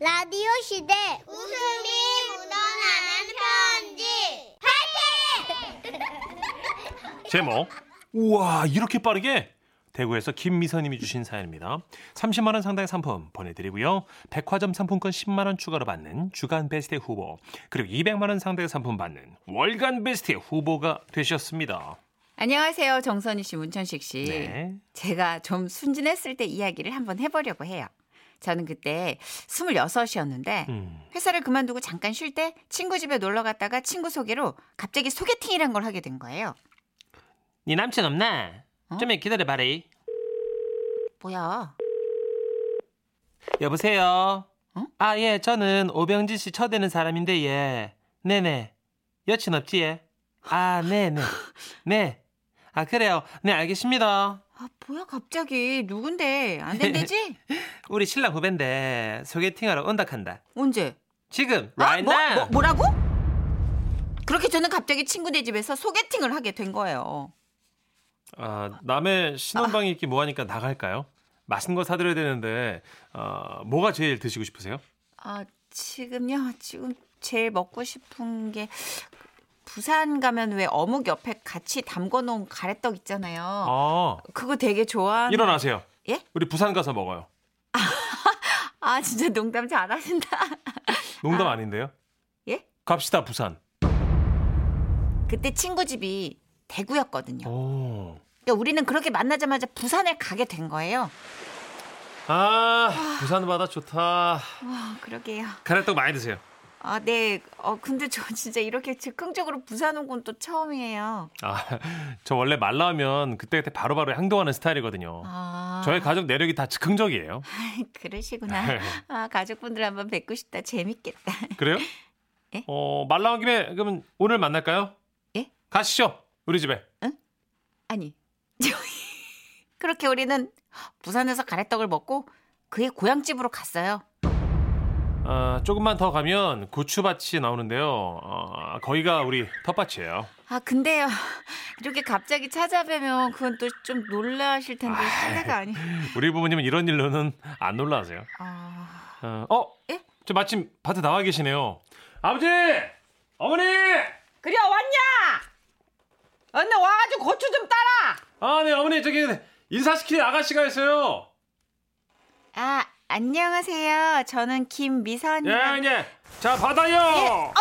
라디오 시대 웃음이 묻어나는 편지 제목 우와 이렇게 빠르게 대구에서 김미선님이 주신 사연입니다. 30만 원 상당의 상품 보내드리고요. 백화점 상품권 10만 원 추가로 받는 주간 베스트 후보 그리고 200만 원 상당의 상품 받는 월간 베스트 후보가 되셨습니다. 안녕하세요. 정선희 씨, 문천식 씨. 네. 제가 좀 순진했을 때 이야기를 한번 해보려고 해요. 저는 그때 26이었는데 음. 회사를 그만두고 잠깐 쉴 때 친구 집에 놀러 갔다가 친구 소개로 갑자기 소개팅이란 걸 하게 된 거예요. 네 남친 없나? 어? 좀 기다려 봐리. 뭐야? 여보세요. 어? 아 예, 저는 오병진 씨 쳐대는 사람인데 예. 네네. 여친 없지 예. 아 네네. 네. 아 그래요. 네 알겠습니다. 아, 뭐야 갑자기 누군데 안 된대지? 우리 신랑 후배인데 소개팅하러 온다 한다. 언제? 지금 아, right 뭐, now. 뭐, 뭐라고? 그렇게 저는 갑자기 친구네 집에서 소개팅을 하게 된 거예요. 아, 남의 신혼방에 있기 뭐하니까 나갈까요? 맛있는 거 사드려야 되는데 어, 뭐가 제일 드시고 싶으세요? 아, 지금요? 지금 제일 먹고 싶은 게 부산 가면 왜 어묵 옆에 같이 담궈 놓은 가래떡 있잖아요. 어, 그거 되게 좋아하는 일어나세요. 예? 우리 부산 가서 먹어요. 아, 진짜 농담 잘하신다. 농담 아. 닌데요 예? 갑시다 부산. 그때 친구 집이 아. 대구였거든요. 어. 오. 그러니까 우리는 그렇게 만나자마자 부산에 가게 된 거예요. 아, 부산 바다 좋다. 와, 그러게요. 가래떡 많이 드세요. 아, 네. 어, 근데 저 진짜 이렇게 즉흥적으로 부산 온 건 또 처음이에요. 아, 저 원래 말 나오면 그때그때 바로바로 행동하는 스타일이거든요. 아. 저희 네. 가족 내력이 다 즉흥적이에요. 그러시구나. 아, 가족분들 한번 뵙고 싶다. 재밌겠다. 그래요? 예? 어, 말 나온 김에 그러면 오늘 만날까요? 예? 가시죠. 우리 집에. 아니 저희 그렇게 우리는 부산에서 가래떡을 먹고 그의 고향집으로 갔어요. 아, 조금만 더 가면 고추밭이 나오는데요. 어, 거기가 우리 텃밭이에요. 아 근데요 이렇게 갑자기 찾아뵈면 그건 또 좀 놀라실 텐데 실례가 아니. 우리 부모님은 이런 일로는 안 놀라세요. 아 어, 어? 예? 저 마침 밭에 나와 계시네요. 아버지! 어머니! 그래 왔냐? 언니 와가지고 고추 좀 따라. 아, 네, 어머니, 저기 인사시키는 아가씨가 있어요. 아, 안녕하세요. 저는 김미선. 예, 음. 예. 자, 예. 받아요!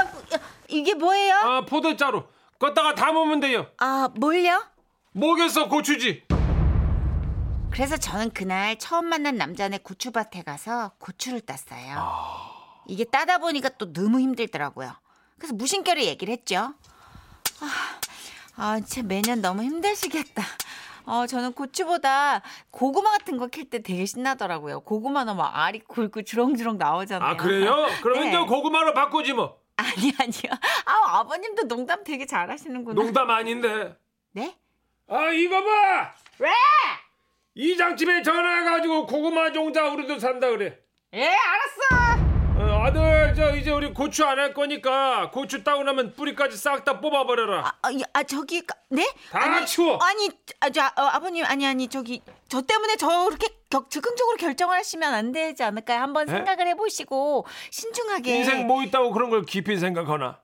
이게 뭐예요? 아, 포도자루. 껐다가 담으면 돼요. 아 뭘요? 뭐겠어, 고추지. 그래서 저는 그날 처음 만난 남자네 고추밭에 가서 고추를 땄어요. 아. 이게 따다 보니까 또 너무 힘들더라고요. 그래서 무심결에 얘기를 했죠. 아, 아 진짜 매년 너무 힘드시겠다. 어, 저는 고추보다 고구마 같은 거 캘 때 되게 신나더라고요. 고구마 너무 알이 굵고 주렁주렁 나오잖아요. 아, 그래요? 그럼 네. 이제 고구마로 바꾸지 뭐. 아니, 아니요. 아, 아버님도 농담 되게 잘하시는구나. 농담 아닌데. 네? 아 이거 봐. 왜? 이장집에 전화해가지고 고구마 종자 우리도 산다 그래. 예 알았어. 어, 아들 저 이제 우리 고추 안 할 거니까 고추 따고 나면 뿌리까지 싹 다 뽑아버려라. 아, 아, 이- 아, 저기 가- 네? 다 치워. 아니 아, 저, 어, 아버님 아니 아니 저기 저 때문에 저렇게 격, 즉흥적으로 결정을 하시면 안 되지 않을까요? 한번 에? 생각을 해보시고 신중하게 네? 인생 뭐 있다고 그런 걸 깊이 생각하나.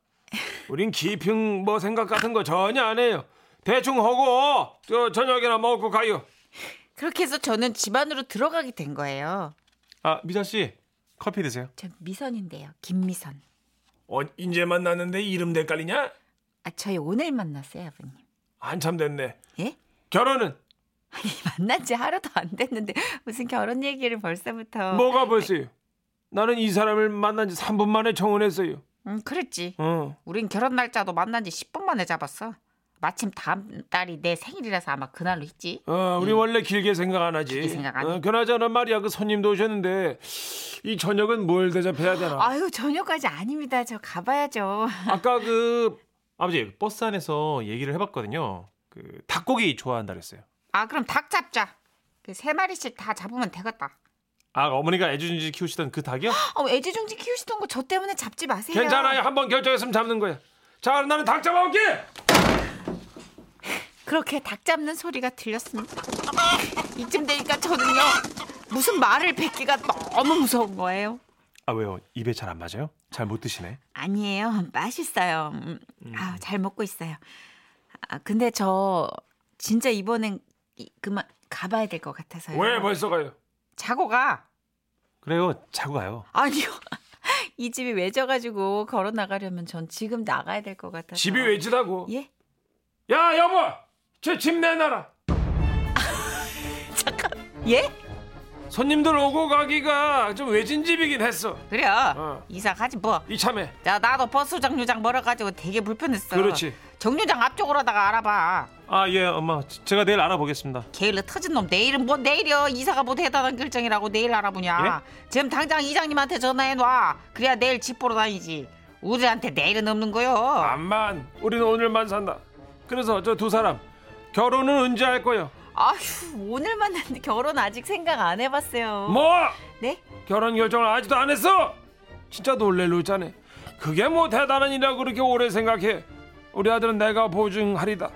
우린 깊이 뭐 생각 같은 거 전혀 안 해요. 대충 하고 저 저녁이나 먹고 가요. 그렇게 해서 저는 집안으로 들어가게 된 거예요. 아 미자 씨 커피 드세요. 저 미선인데요, 김미선. 어 이제 만났는데 이름 대깔리냐? 아 저희 오늘 만났어요, 아버님. 한참 됐네. 예? 결혼은 아니 만난 지 하루도 안 됐는데 무슨 결혼 얘기를 벌써부터. 뭐가 벌써요? 나는 이 사람을 만난 지 3분 만에 정혼했어요. 음 그랬지. 어. 우린 결혼 날짜도 만난 지 10분 만에 잡았어. 마침 다음 달이 내 생일이라서 아마 그날로 했지. 어, 우리 원래 길게 생각 안 하지. 음. 길게 생각 안 해. 어, 그나저나 말이야, 그 손님도 오셨는데 이 저녁은 뭘 대접해야 되나? 아유 저녁까지 아닙니다. 저 가봐야죠. 아까 그 아버지 버스 안에서 얘기를 해봤거든요. 그 닭고기 좋아한다 그랬어요. 아 그럼 닭 잡자. 그 세 마리씩 다 잡으면 되겠다. 아 어머니가 애주준지 키우시던 그 닭이요? 어, 애지중지 키우시던 거 저 때문에 잡지 마세요. 괜찮아요. 한번 결정했으면 잡는 거야. 자, 그럼 나는 닭 잡아올게. 그렇게 닭 잡는 소리가 들렸습니다. 이쯤 되니까 저는요 무슨 말을 뱉기가 너무 무서운 거예요. 아 왜요? 입에 잘 안 맞아요? 잘 못 드시네. 아니에요. 맛있어요. 음, 아, 잘 먹고 있어요. 아, 근데 저 진짜 이번엔 이- 그만 가봐야 될 것 같아서요. 벌써 가요? 자고 가. 그래요. 자고 가요. 아니요. 이 집이 외져가지고 걸어 나가려면 전 지금 나가야 될 것 같아서. 외지라고. 예? 야 여보, 제 집 내놔라. 예? 손님들 오고 가기가 좀 외진 집이긴 했어. 그래. 어. 이사 가지 뭐. 이참에. 자, 나도 버스 정류장 멀어가지고 되게 불편했어. 그렇지. 정류장 앞쪽으로다가 알아봐. 아 예 엄마, 제가 내일 알아보겠습니다. 게을러 터진 놈 내일은 뭐 내일이여 이사가 뭐 대단한 결정이라고 내일 알아보냐 예? 지금 당장 이장님한테 전화해놔 그래야 내일 집 보러 다니지 우리한테 내일은 없는 거요 암만, 우리는 오늘만 산다. 그래서 저 두 사람 결혼은 언제 할 거요? 아휴 오늘 만났는데 결혼 아직 생각 안 해봤어요 뭐? 네? 결혼 결정을 아직도 안 했어? 진짜 놀랄 놀자네. 그게 뭐 대단한 일이라고 그렇게 오래 생각해. 우리 아들은 내가 보증하리다.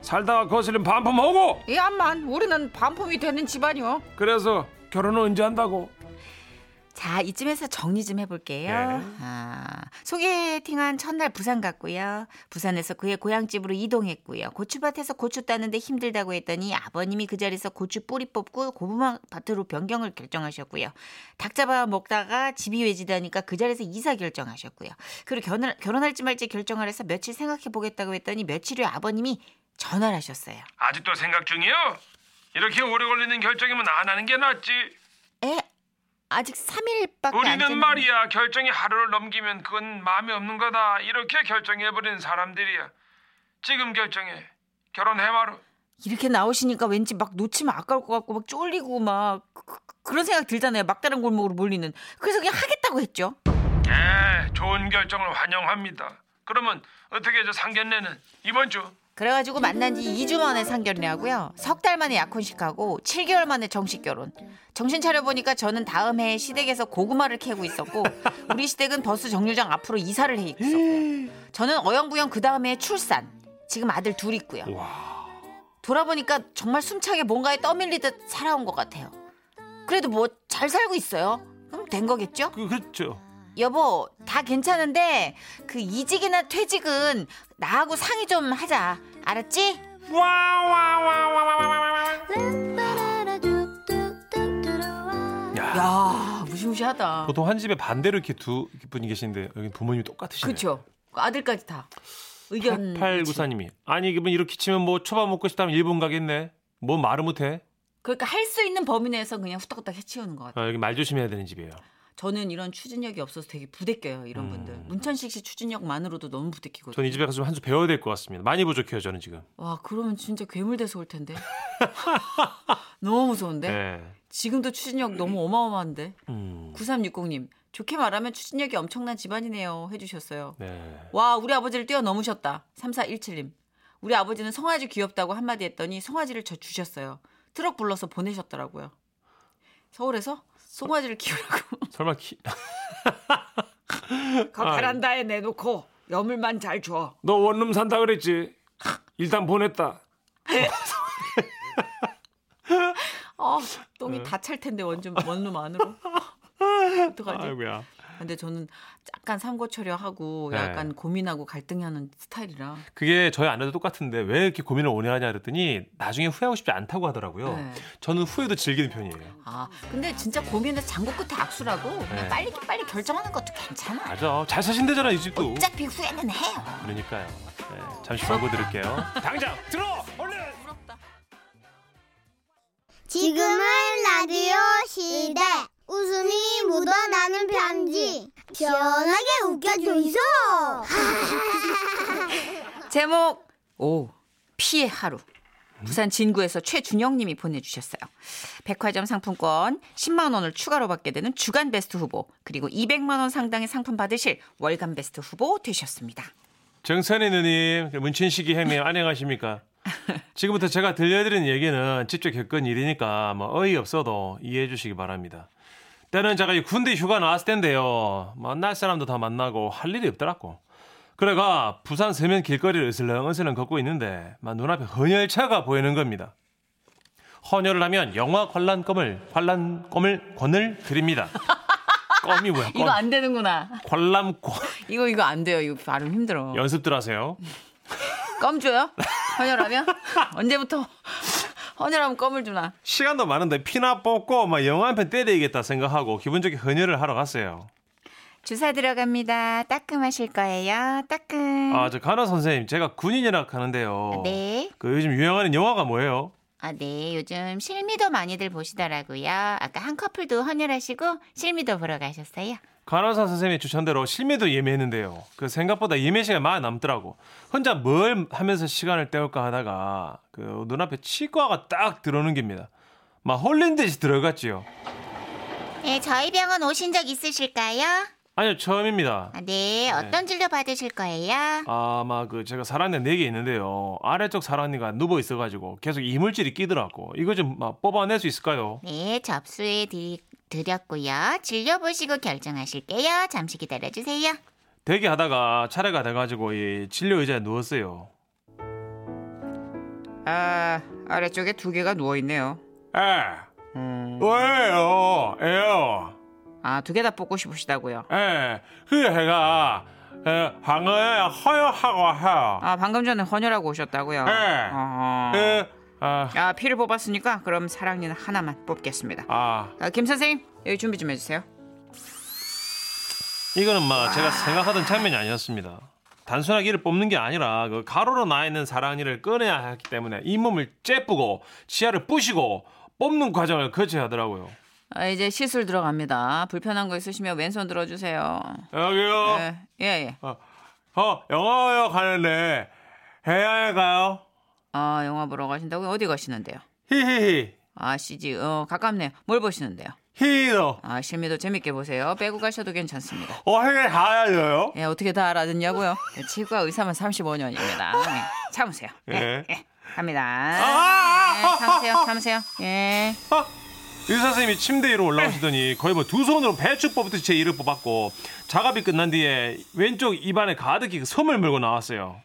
살다가 거슬린 반품하고 이 암만 우리는 반품이 되는 집안이요 그래서 결혼은 언제 한다고? 자 이쯤에서 정리 좀 해볼게요 네. 아, 소개팅한 첫날 부산 갔고요 부산에서 그의 고향집으로 이동했고요 고추밭에서 고추 따는데 힘들다고 했더니 아버님이 그 자리에서 고추 뿌리 뽑고 고구마밭으로 변경을 결정하셨고요 닭 잡아 먹다가 집이 외지다니까 그 자리에서 이사 결정하셨고요 그리고 결혼, 결혼할지 말지 결정을 해서 며칠 생각해보겠다고 했더니 며칠 후에 아버님이 전화를 하셨어요 아직도 생각 중이요? 이렇게 오래 걸리는 결정이면 안 하는 게 낫지. 에? 아직 3일밖에 안 우리는 됐는데 말이야 결정이 하루를 넘기면 그건 마음이 없는 거다. 이렇게 결정해버리는 사람들이야. 지금 결정해. 결혼해 마루. 이렇게 나오시니까 왠지 막 놓치면 아까울 것 같고 막 쫄리고 막 그, 런 생각 들잖아요. 막다른 골목으로 몰리는. 그래서 그냥 하겠다고 했죠. 예, 좋은 결정을 환영합니다. 그러면 어떻게 저 상견례는 이번 주? 그래가지고 만난 지 2주 만에 상견례하고요. 석 달 만에 약혼식하고 7개월 만에 정식 결혼. 정신 차려보니까 저는 다음 해 시댁에서 고구마를 캐고 있었고 우리 시댁은 버스 정류장 앞으로 이사를 해 있었고요. 저는 어영부영 그 다음에 출산. 지금 아들 둘 있고요. 돌아보니까 정말 숨차게 뭔가에 떠밀리듯 살아온 것 같아요. 그래도 뭐 잘 살고 있어요. 그럼 된 거겠죠? 그, 그렇죠. 여보 다 괜찮은데 그 이직이나 퇴직은 나하고 상의 좀 하자 알았지? 야 무시무시하다 보통 한 집에 반대로 이렇게 두 분이 계시는데 여기 부모님이 똑같으시네요. 그쵸 그 아들까지 다 의견 8894님이 음. 아니 그러면 이렇게 치면 뭐 초밥 먹고 싶다면 일본 가겠네. 뭐 말을 못해. 그러니까 할 수 있는 범위 내에서 그냥 후딱후딱 해치우는 것 같아요 아, 여기 말 조심해야 되는 집이에요. 저는 이런 추진력이 없어서 되게 부대껴요 이런 분들 문천식 씨 추진력만으로도 너무 부대끼거든요 음. 전 이 집에 가서 좀 한 수 배워야 될 것 같습니다. 많이 부족해요 저는 지금. 와 그러면 진짜 괴물 돼서 올 텐데 너무 무서운데 네. 지금도 추진력 너무 어마어마한데 음, 9360님 좋게 말하면 추진력이 엄청난 집안이네요 해주셨어요 네. 와 우리 아버지를 뛰어넘으셨다 3417님 우리 아버지는 송아지 귀엽다고 한마디 했더니 송아지를 저 주셨어요 트럭 불러서 보내셨더라고요 서울에서 송아지를 키우라고 설마 키... 그 아, 예. 베란다에 내놓고 여물만 잘 줘. 너 원룸 산다 그랬지. 일단 보냈다. 아 네. 똥이 다 찰 텐데 완전 원룸 안으로 어떡하지 아이고야. 근데 저는 약간 삼고초려하고 네. 약간 고민하고 갈등하는 스타일이라 그게 저희 아내도 똑같은데 왜 이렇게 고민을 오래 하냐 그랬더니 나중에 후회하고 싶지 않다고 하더라고요. 네. 저는 후회도 즐기는 편이에요. 아 근데 진짜 고민해서 장고 끝에 악수라고 그냥 네. 빨리 빨리 결정하는 것도 괜찮아 맞아. 잘 사신대잖아 이 집도. 어차피 후회는 해요 그러니까요. 네, 잠시 광고 드릴게요. 당장 들어 얼른. 지금은 라디오 시대. 웃음이 묻어나는 편지. 시원하게 웃겨주이소. 제목 오 피해 하루 부산 진구에서 최준영님이 보내주셨어요. 백화점 상품권 10만 원을 추가로 받게 되는 주간 베스트 후보 그리고 200만 원 상당의 상품 받으실 월간 베스트 후보 되셨습니다. 정선희 누님, 문친식이 해미 안녕하십니까? 지금부터 제가 들려드리는 얘기는 직접 겪은 일이니까 뭐 어이 없어도 이해해 주시기 바랍니다. 때는 제가 이 군대 휴가 나왔을 텐데요. 뭐 만날 사람도 다 만나고 할 일이 없더라고. 그래가 부산 서면 길거리를 으슬렁으슬렁 걷고 있는데 막 눈앞에 헌혈차가 보이는 겁니다. 헌혈을 하면 영화 관람권을 관람권을 권을 드립니다. 껌이 뭐야? 껌. 이거 안 되는구나. 관람권. 이거 이거 안 돼요. 이거 발음 힘들어. 연습들 하세요. 껌 줘요? 헌혈하면? 언제부터 헌혈하면 껌을 주나? 시간도 많은데 피나 뽑고 막 영화 한 편 때리겠다 생각하고 기본적인 헌혈을 하러 갔어요. 주사 들어갑니다. 따끔하실 거예요. 따끔. 아, 저 간호 선생님, 제가 군인이라 하는데요. 네. 그 요즘 유행하는 영화가 뭐예요? 아, 네. 요즘 실미도 많이들 보시더라고요. 아까 한 커플도 헌혈하시고 실미도 보러 가셨어요. 간호사 선생님이 추천대로 실미도 예매했는데요. 그 생각보다 예매 시간이 많이 남더라고. 혼자 뭘 하면서 시간을 때울까 하다가 그 눈앞에 치과가 딱 들어오는 겁니다. 막 홀린 듯이 들어갔지요. 네, 저희 병원 오신 적 있으실까요? 아니요, 처음입니다. 아, 네. 어떤 진료 받으실 거예요? 아마 그 제가 사랑니 네개 있는데요. 아래쪽 사랑니가 누워 있어가지고 계속 이물질이 끼더라고. 이거 좀 막 뽑아낼 수 있을까요? 네, 접수해 드리, 드렸고요. 진료 보시고 결정하실게요. 잠시 기다려 주세요. 대기하다가 차례가 돼가지고 이 진료 의자에 누웠어요. 아 아래쪽에 두 개가 누워 있네요. 에, 음. 왜요, 에요? 아두 개 다 뽑고 싶으시다고요. 예, 그 해가 에, 방을 허용하고 해요. 아 방금 전에 헌혈하고 오셨다고요. 네. 어허. 그, 아, 아 피를 뽑았으니까 그럼 사랑니는 하나만 뽑겠습니다. 아, 아, 김 선생님 여기 준비 좀 해주세요. 이거는 막 제가 생각하던 장면이 아니었습니다. 단순하게 이를 뽑는 게 아니라 그 가로로 나 있는 사랑니를 꺼내야 했기 때문에 잇몸을 째뿌고 치아를 부시고 뽑는 과정을 거쳐야 하더라고요. 아, 이제 시술 들어갑니다. 불편한 거 있으시면 왼손 들어주세요. 여기요. 네. 예, 예, 예. 어, 영화요 가는데 해야에 가요. 아 영화 보러 가신다고요? 어디 가시는데요? 히히히. 아 CG 어 가깝네요. 뭘 보시는데요? 히히도. 아 실미도 재밌게 보세요. 빼고 가셔도 괜찮습니다. 어떻게 가야 돼요? 예, 어떻게 다 알아듣냐고요? 예, 치과 의사만 35년입니다. 참으세요. 예, 예. 갑니다. 네, 예, 아! 참으세요, 참으세요. 예. 아! 의사 선생님이 침대 위로 올라오시더니 거의 뭐 두 손으로 배추 뽑듯이 제 이를 뽑았고 작업이 끝난 뒤에 왼쪽 입안에 가득히 그 섬을 물고 나왔어요.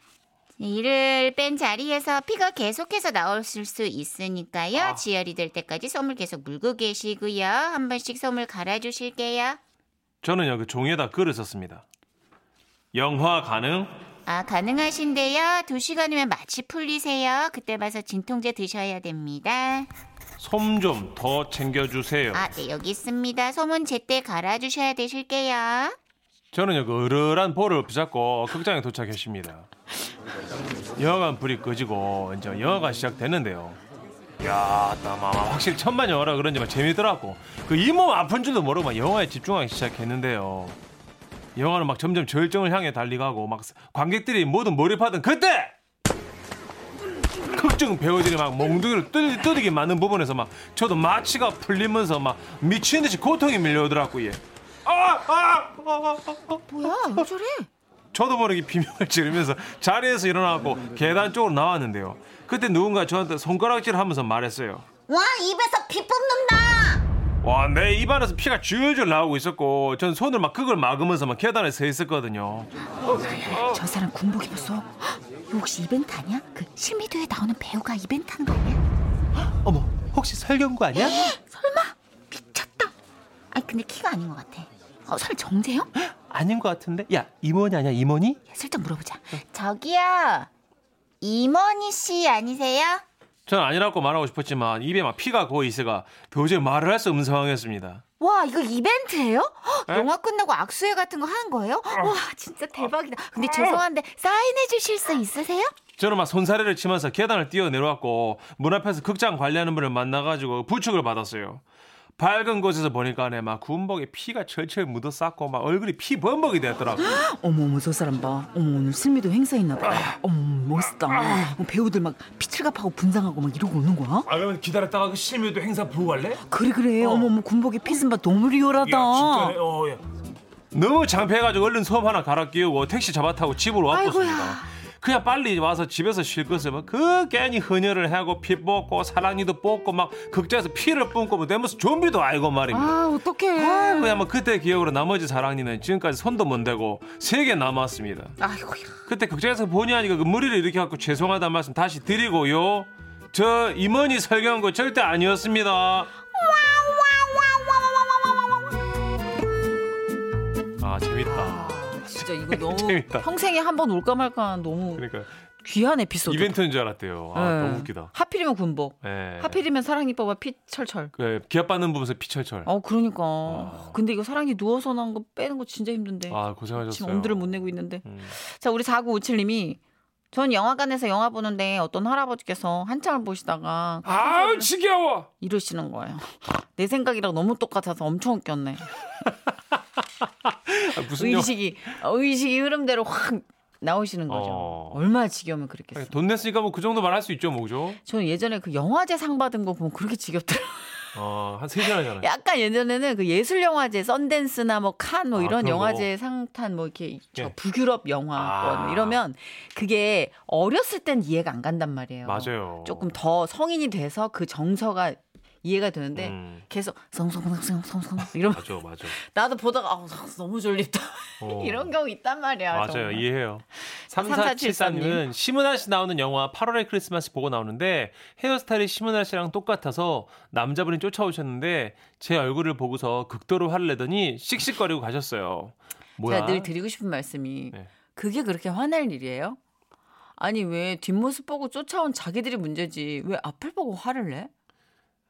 이를 네, 뺀 자리에서 피가 계속해서 나오실 수 있으니까요. 지혈이 될 때까지 솜을 계속 물고 계시고요. 한 번씩 솜을 갈아주실게요. 저는요 그 종이에다 글을 썼습니다. 영화 가능? 아, 가능하신데요. 두시간 후면 마취 풀리세요. 그때 봐서 진통제 드셔야 됩니다. 솜 좀 더 챙겨주세요. 아, 네, 여기 있습니다. 솜은 제때 갈아주셔야 되실게요. 저는요 그 으르란 볼을 붙잡고 극장에 도착했습니다. 영화관 불이 꺼지고 이제 영화가 시작됐는데요. 야, 따마 확실히 천만 영화라 그런지 막 재미더라고. 그 이 몸 아픈 줄도 모르고 막 영화에 집중하기 시작했는데요. 영화는 막 점점 절정을 향해 달리가고 막 관객들이 모두 몰입하던 그때 극중 배우들이 막 몽둥이를 뚜들기 뚜들기 맞는 부분에서 막 저도 마취가 풀리면서 막 미친 듯이 고통이 밀려오더라고요. 아, 아, 아, 아, 아. 뭐야, 왜 저래? 저도 모르게 비명을 지르면서 자리에서 일어나고 계단 쪽으로 나왔는데요. 그때 누군가 저한테 손가락질 하면서 말했어요. 와 입에서 피 뽑는다. 와, 내 입안에서 피가 줄줄 나오고 있었고, 전 손을 막 그걸 막으면서 막 계단에 서 있었거든요. 저 사람 군복 입었어. 이거 혹시 이벤트 아니야? 그 실미도에 나오는 배우가 이벤트 하는 거 아니야? 어머, 혹시 설경구 아니야? 설마? 미쳤다. 아니, 근데 키가 아닌 것 같아. 어, 설 정재요? 아닌 것 같은데? 야, 이모니 아니야, 이모니? 슬쩍 물어보자. 저기요. 임원희 씨 아니세요? 전 아니라고 말하고 싶었지만, 입에 막 피가 고이 있어가 도저히 말을 할 수 없는 상황이었습니다. 와 이거 이벤트예요? 헉, 에? 영화 끝나고 악수회 같은 거 하는 거예요? 와 진짜 대박이다. 근데 죄송한데 사인해 주실 수 있으세요? 저는 막 손사래를 치면서 계단을 뛰어 내려왔고 문 앞에서 극장 관리하는 분을 만나가지고 부축을 받았어요. 밝은 곳에서 보니까 네, 막 군복에 피가 철철 묻어쌌고 막 얼굴이 피 범벅이 됐더라고. 어머 어머 저 사람 봐. 어머 오늘 슬미도 행사 있나 봐. 어머 멋있다. 어, 배우들 막 피칠갑하고 분장하고 막 이러고 오는 거야? 아 그러면 기다렸다가 그 실미도 행사 보고 갈래? 그래 그래. 어머 어머 군복에 피스마 너무 리얼하다. 어, 너무 창피해가지고 얼른 소음 하나 갈아 끼우고 택시 잡아 타고 집으로 왔습니다. 그냥 빨리 와서 집에서 쉴 것을 막그 괜히 헌혈을 하고 피 뽑고 사랑니도 뽑고 막 극장에서 피를 뿜고 뭐 되면서 좀비도 알고 말입니다. 아 어떡해. 아이고, 그냥 뭐 그때 기억으로 나머지 사랑니는 지금까지 손도 못 대고 세 개 남았습니다. 아이고야. 그때 극장에서 보니 하니까 그 무리를 이렇게 갖고 죄송하다는 말씀 다시 드리고요. 저 임원이 설교한 거 절대 아니었습니다. 아 재밌다. 진짜 이거 너무 재밌다. 평생에 한 번 올까 말까 너무 그러니까 귀한 에피소드. 이벤트인 줄 알았대요. 아, 네. 너무 웃기다. 하필이면 군복. 예. 하필이면 사랑니 뽑아 피 철철. 그 기합 받는 부분에서 피철철. 어 그러니까. 근데 이거 사랑니 누워서 난 거 빼는 거 진짜 힘든데. 아 고생하셨어요. 네. 지금 엄두를 못 내고 있는데. 음. 자, 우리 4957님이 전 영화관에서 영화 보는데 어떤 할아버지께서 한참을 보시다가 아우 지겨워. 이러시는 거예요. 내 생각이랑 너무 똑같아서 엄청 웃겼네. 아, 무슨 영화- 의식이 의식이 흐름대로 확 나오시는 거죠. 어. 얼마나 지겨우면 그랬겠어. 돈 냈으니까 뭐 그 정도 말할 수 있죠, 뭐 그죠? 저는 예전에 그 영화제 상 받은 거 보면 그렇게 지겹더라고요. 어, 한 3시간 하잖아요. 약간 예전에는 그 예술 영화제 썬댄스나 뭐 칸 뭐 아, 그런 이런 거. 영화제 상탄 뭐 이렇게 저 예. 북유럽 영화권 아. 뭐 이러면 그게 어렸을 땐 이해가 안 간단 말이에요. 맞아요. 조금 더 성인이 돼서 그 정서가 이해가 되는데 음, 계속 성성성성성성 이러면 맞아, 맞아. 나도 보다가 아우 너무 졸립다 어. 이런 경우 있단 말이야. 맞아요. 정말. 이해해요. 3473 님. 3474님은 심은하 씨 나오는 영화 8월의 크리스마스 보고 나오는데 헤어스타일이 심은하 씨랑 똑같아서 남자분이 쫓아오셨는데 제 얼굴을 보고서 극도로 화를 내더니 씩씩거리고 가셨어요. 뭐야? 제가 늘 드리고 싶은 말씀이 네. 그게 그렇게 화낼 일이에요? 아니 왜 뒷모습 보고 쫓아온 자기들이 문제지 왜 앞을 보고 화를 내?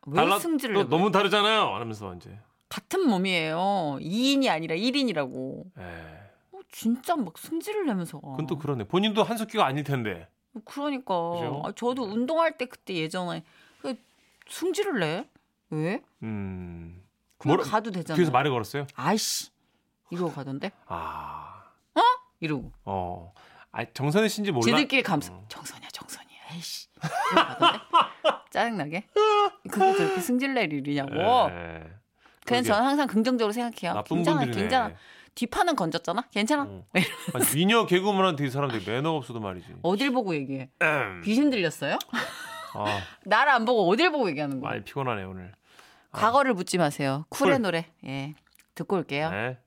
왜 달라- 승질을 또 내고 너무 다르잖아요. 하면서 이제. 같은 몸이에요. 2인이 아니라 1인이라고. 어, 예. 진짜 막 승질을 내면서. 와. 그건 또 그러네. 본인도 한석규가 아닐 텐데. 그러니까 그죠? 네. 아, 저도 운동할 때 그때 예전에 그 승질을 내 왜? 음. 그냥 뭐라- 가도 되잖아. 뒤에서 말을 걸었어요? 아이씨 이러고 가던데 아. 이러고 어. 아, 정선혜 씨인지 몰라. 어. 쟤들끼리 감싸 정선이야 정선이야 에이씨 이러고 가던데 짜증나게 그게 저렇게 승질 낼 일이냐고. 예. 그러게. 그냥 저는 항상 긍정적으로 생각해요. 나쁜 괜찮아 분들이네. 괜찮아 뒷판은 건졌잖아 괜찮아 어. 아니, 미녀 개그우먼한테 이 사람들이 매너 없어도 말이지. 어딜 보고 얘기해 음. 귀신 들렸어요? 아, 나를 안 보고 어딜 보고 얘기하는 거야? 많이 피곤하네 오늘. 과거를 묻지 마세요. 쿨의 아. 쿨. 노래 예 듣고 올게요. 네.